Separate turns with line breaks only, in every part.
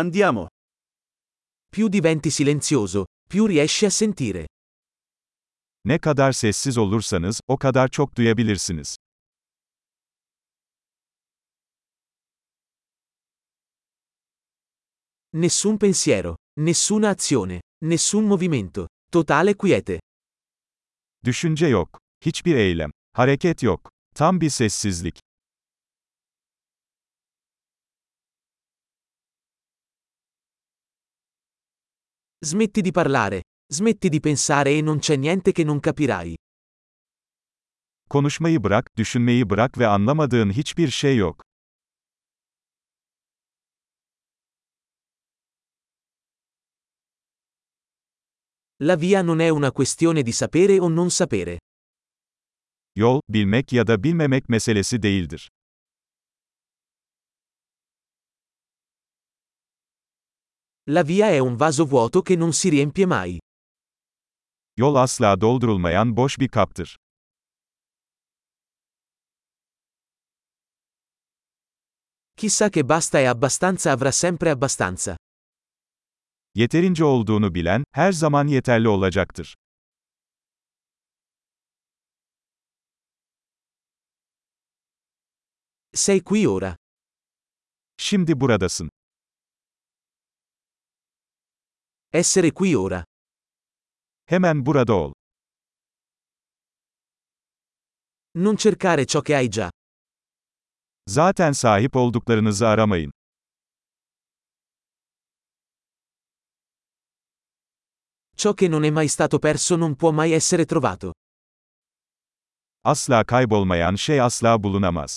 Andiamo.
Più diventi silenzioso, più riesci a sentire.
Ne kadar sessiz olursanız, o kadar çok duyabilirsiniz.
Nessun pensiero, nessuna azione, nessun movimento. Totale quiete.
Düşünce yok. Hiçbir eylem. Hareket yok. Tam bir sessizlik.
Smetti di parlare, smetti di pensare e non c'è niente che non capirai.
Konuşmayı bırak, düşünmeyi bırak ve anlamadığın hiçbir şey yok.
La via non è una questione di sapere o non sapere.
Yol, bilmek ya da bilmemek meselesi değildir.
La via è un vaso vuoto che non si riempie mai.
Yol asla doldurulmayan boş bir kaptır.
Chissà che basta e abbastanza avrà sempre abbastanza.
Yeterince olduğunu bilen, her zaman yeterli olacaktır.
Sei qui ora.
Şimdi buradasın.
Essere qui ora.
Hemen burada ol.
Non cercare ciò che hai già.
Zaten sahip olduklarınızı aramayın.
Ciò che non è mai stato perso non può mai essere trovato.
Asla kaybolmayan şey asla bulunamaz.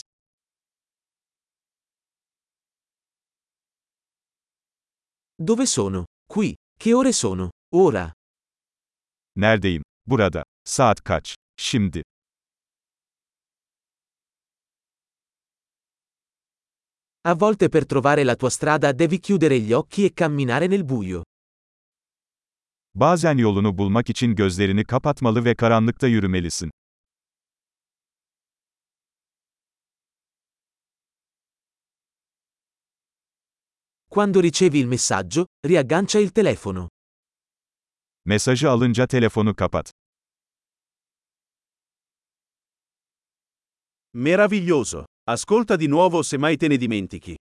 Dove sono? Qui. Che ore sono? Ora.
Neredeyim? Burada. Saat kaç? Şimdi.
A volte per trovare la tua strada devi chiudere gli occhi e camminare nel buio.
Bazen yolunu bulmak için gözlerini kapatmalı ve karanlıkta yürümelisin.
Quando ricevi il messaggio, riaggancia il telefono.
Mesajı alınca telefonu kapat.
Meraviglioso. Ascolta di nuovo se mai te ne dimentichi.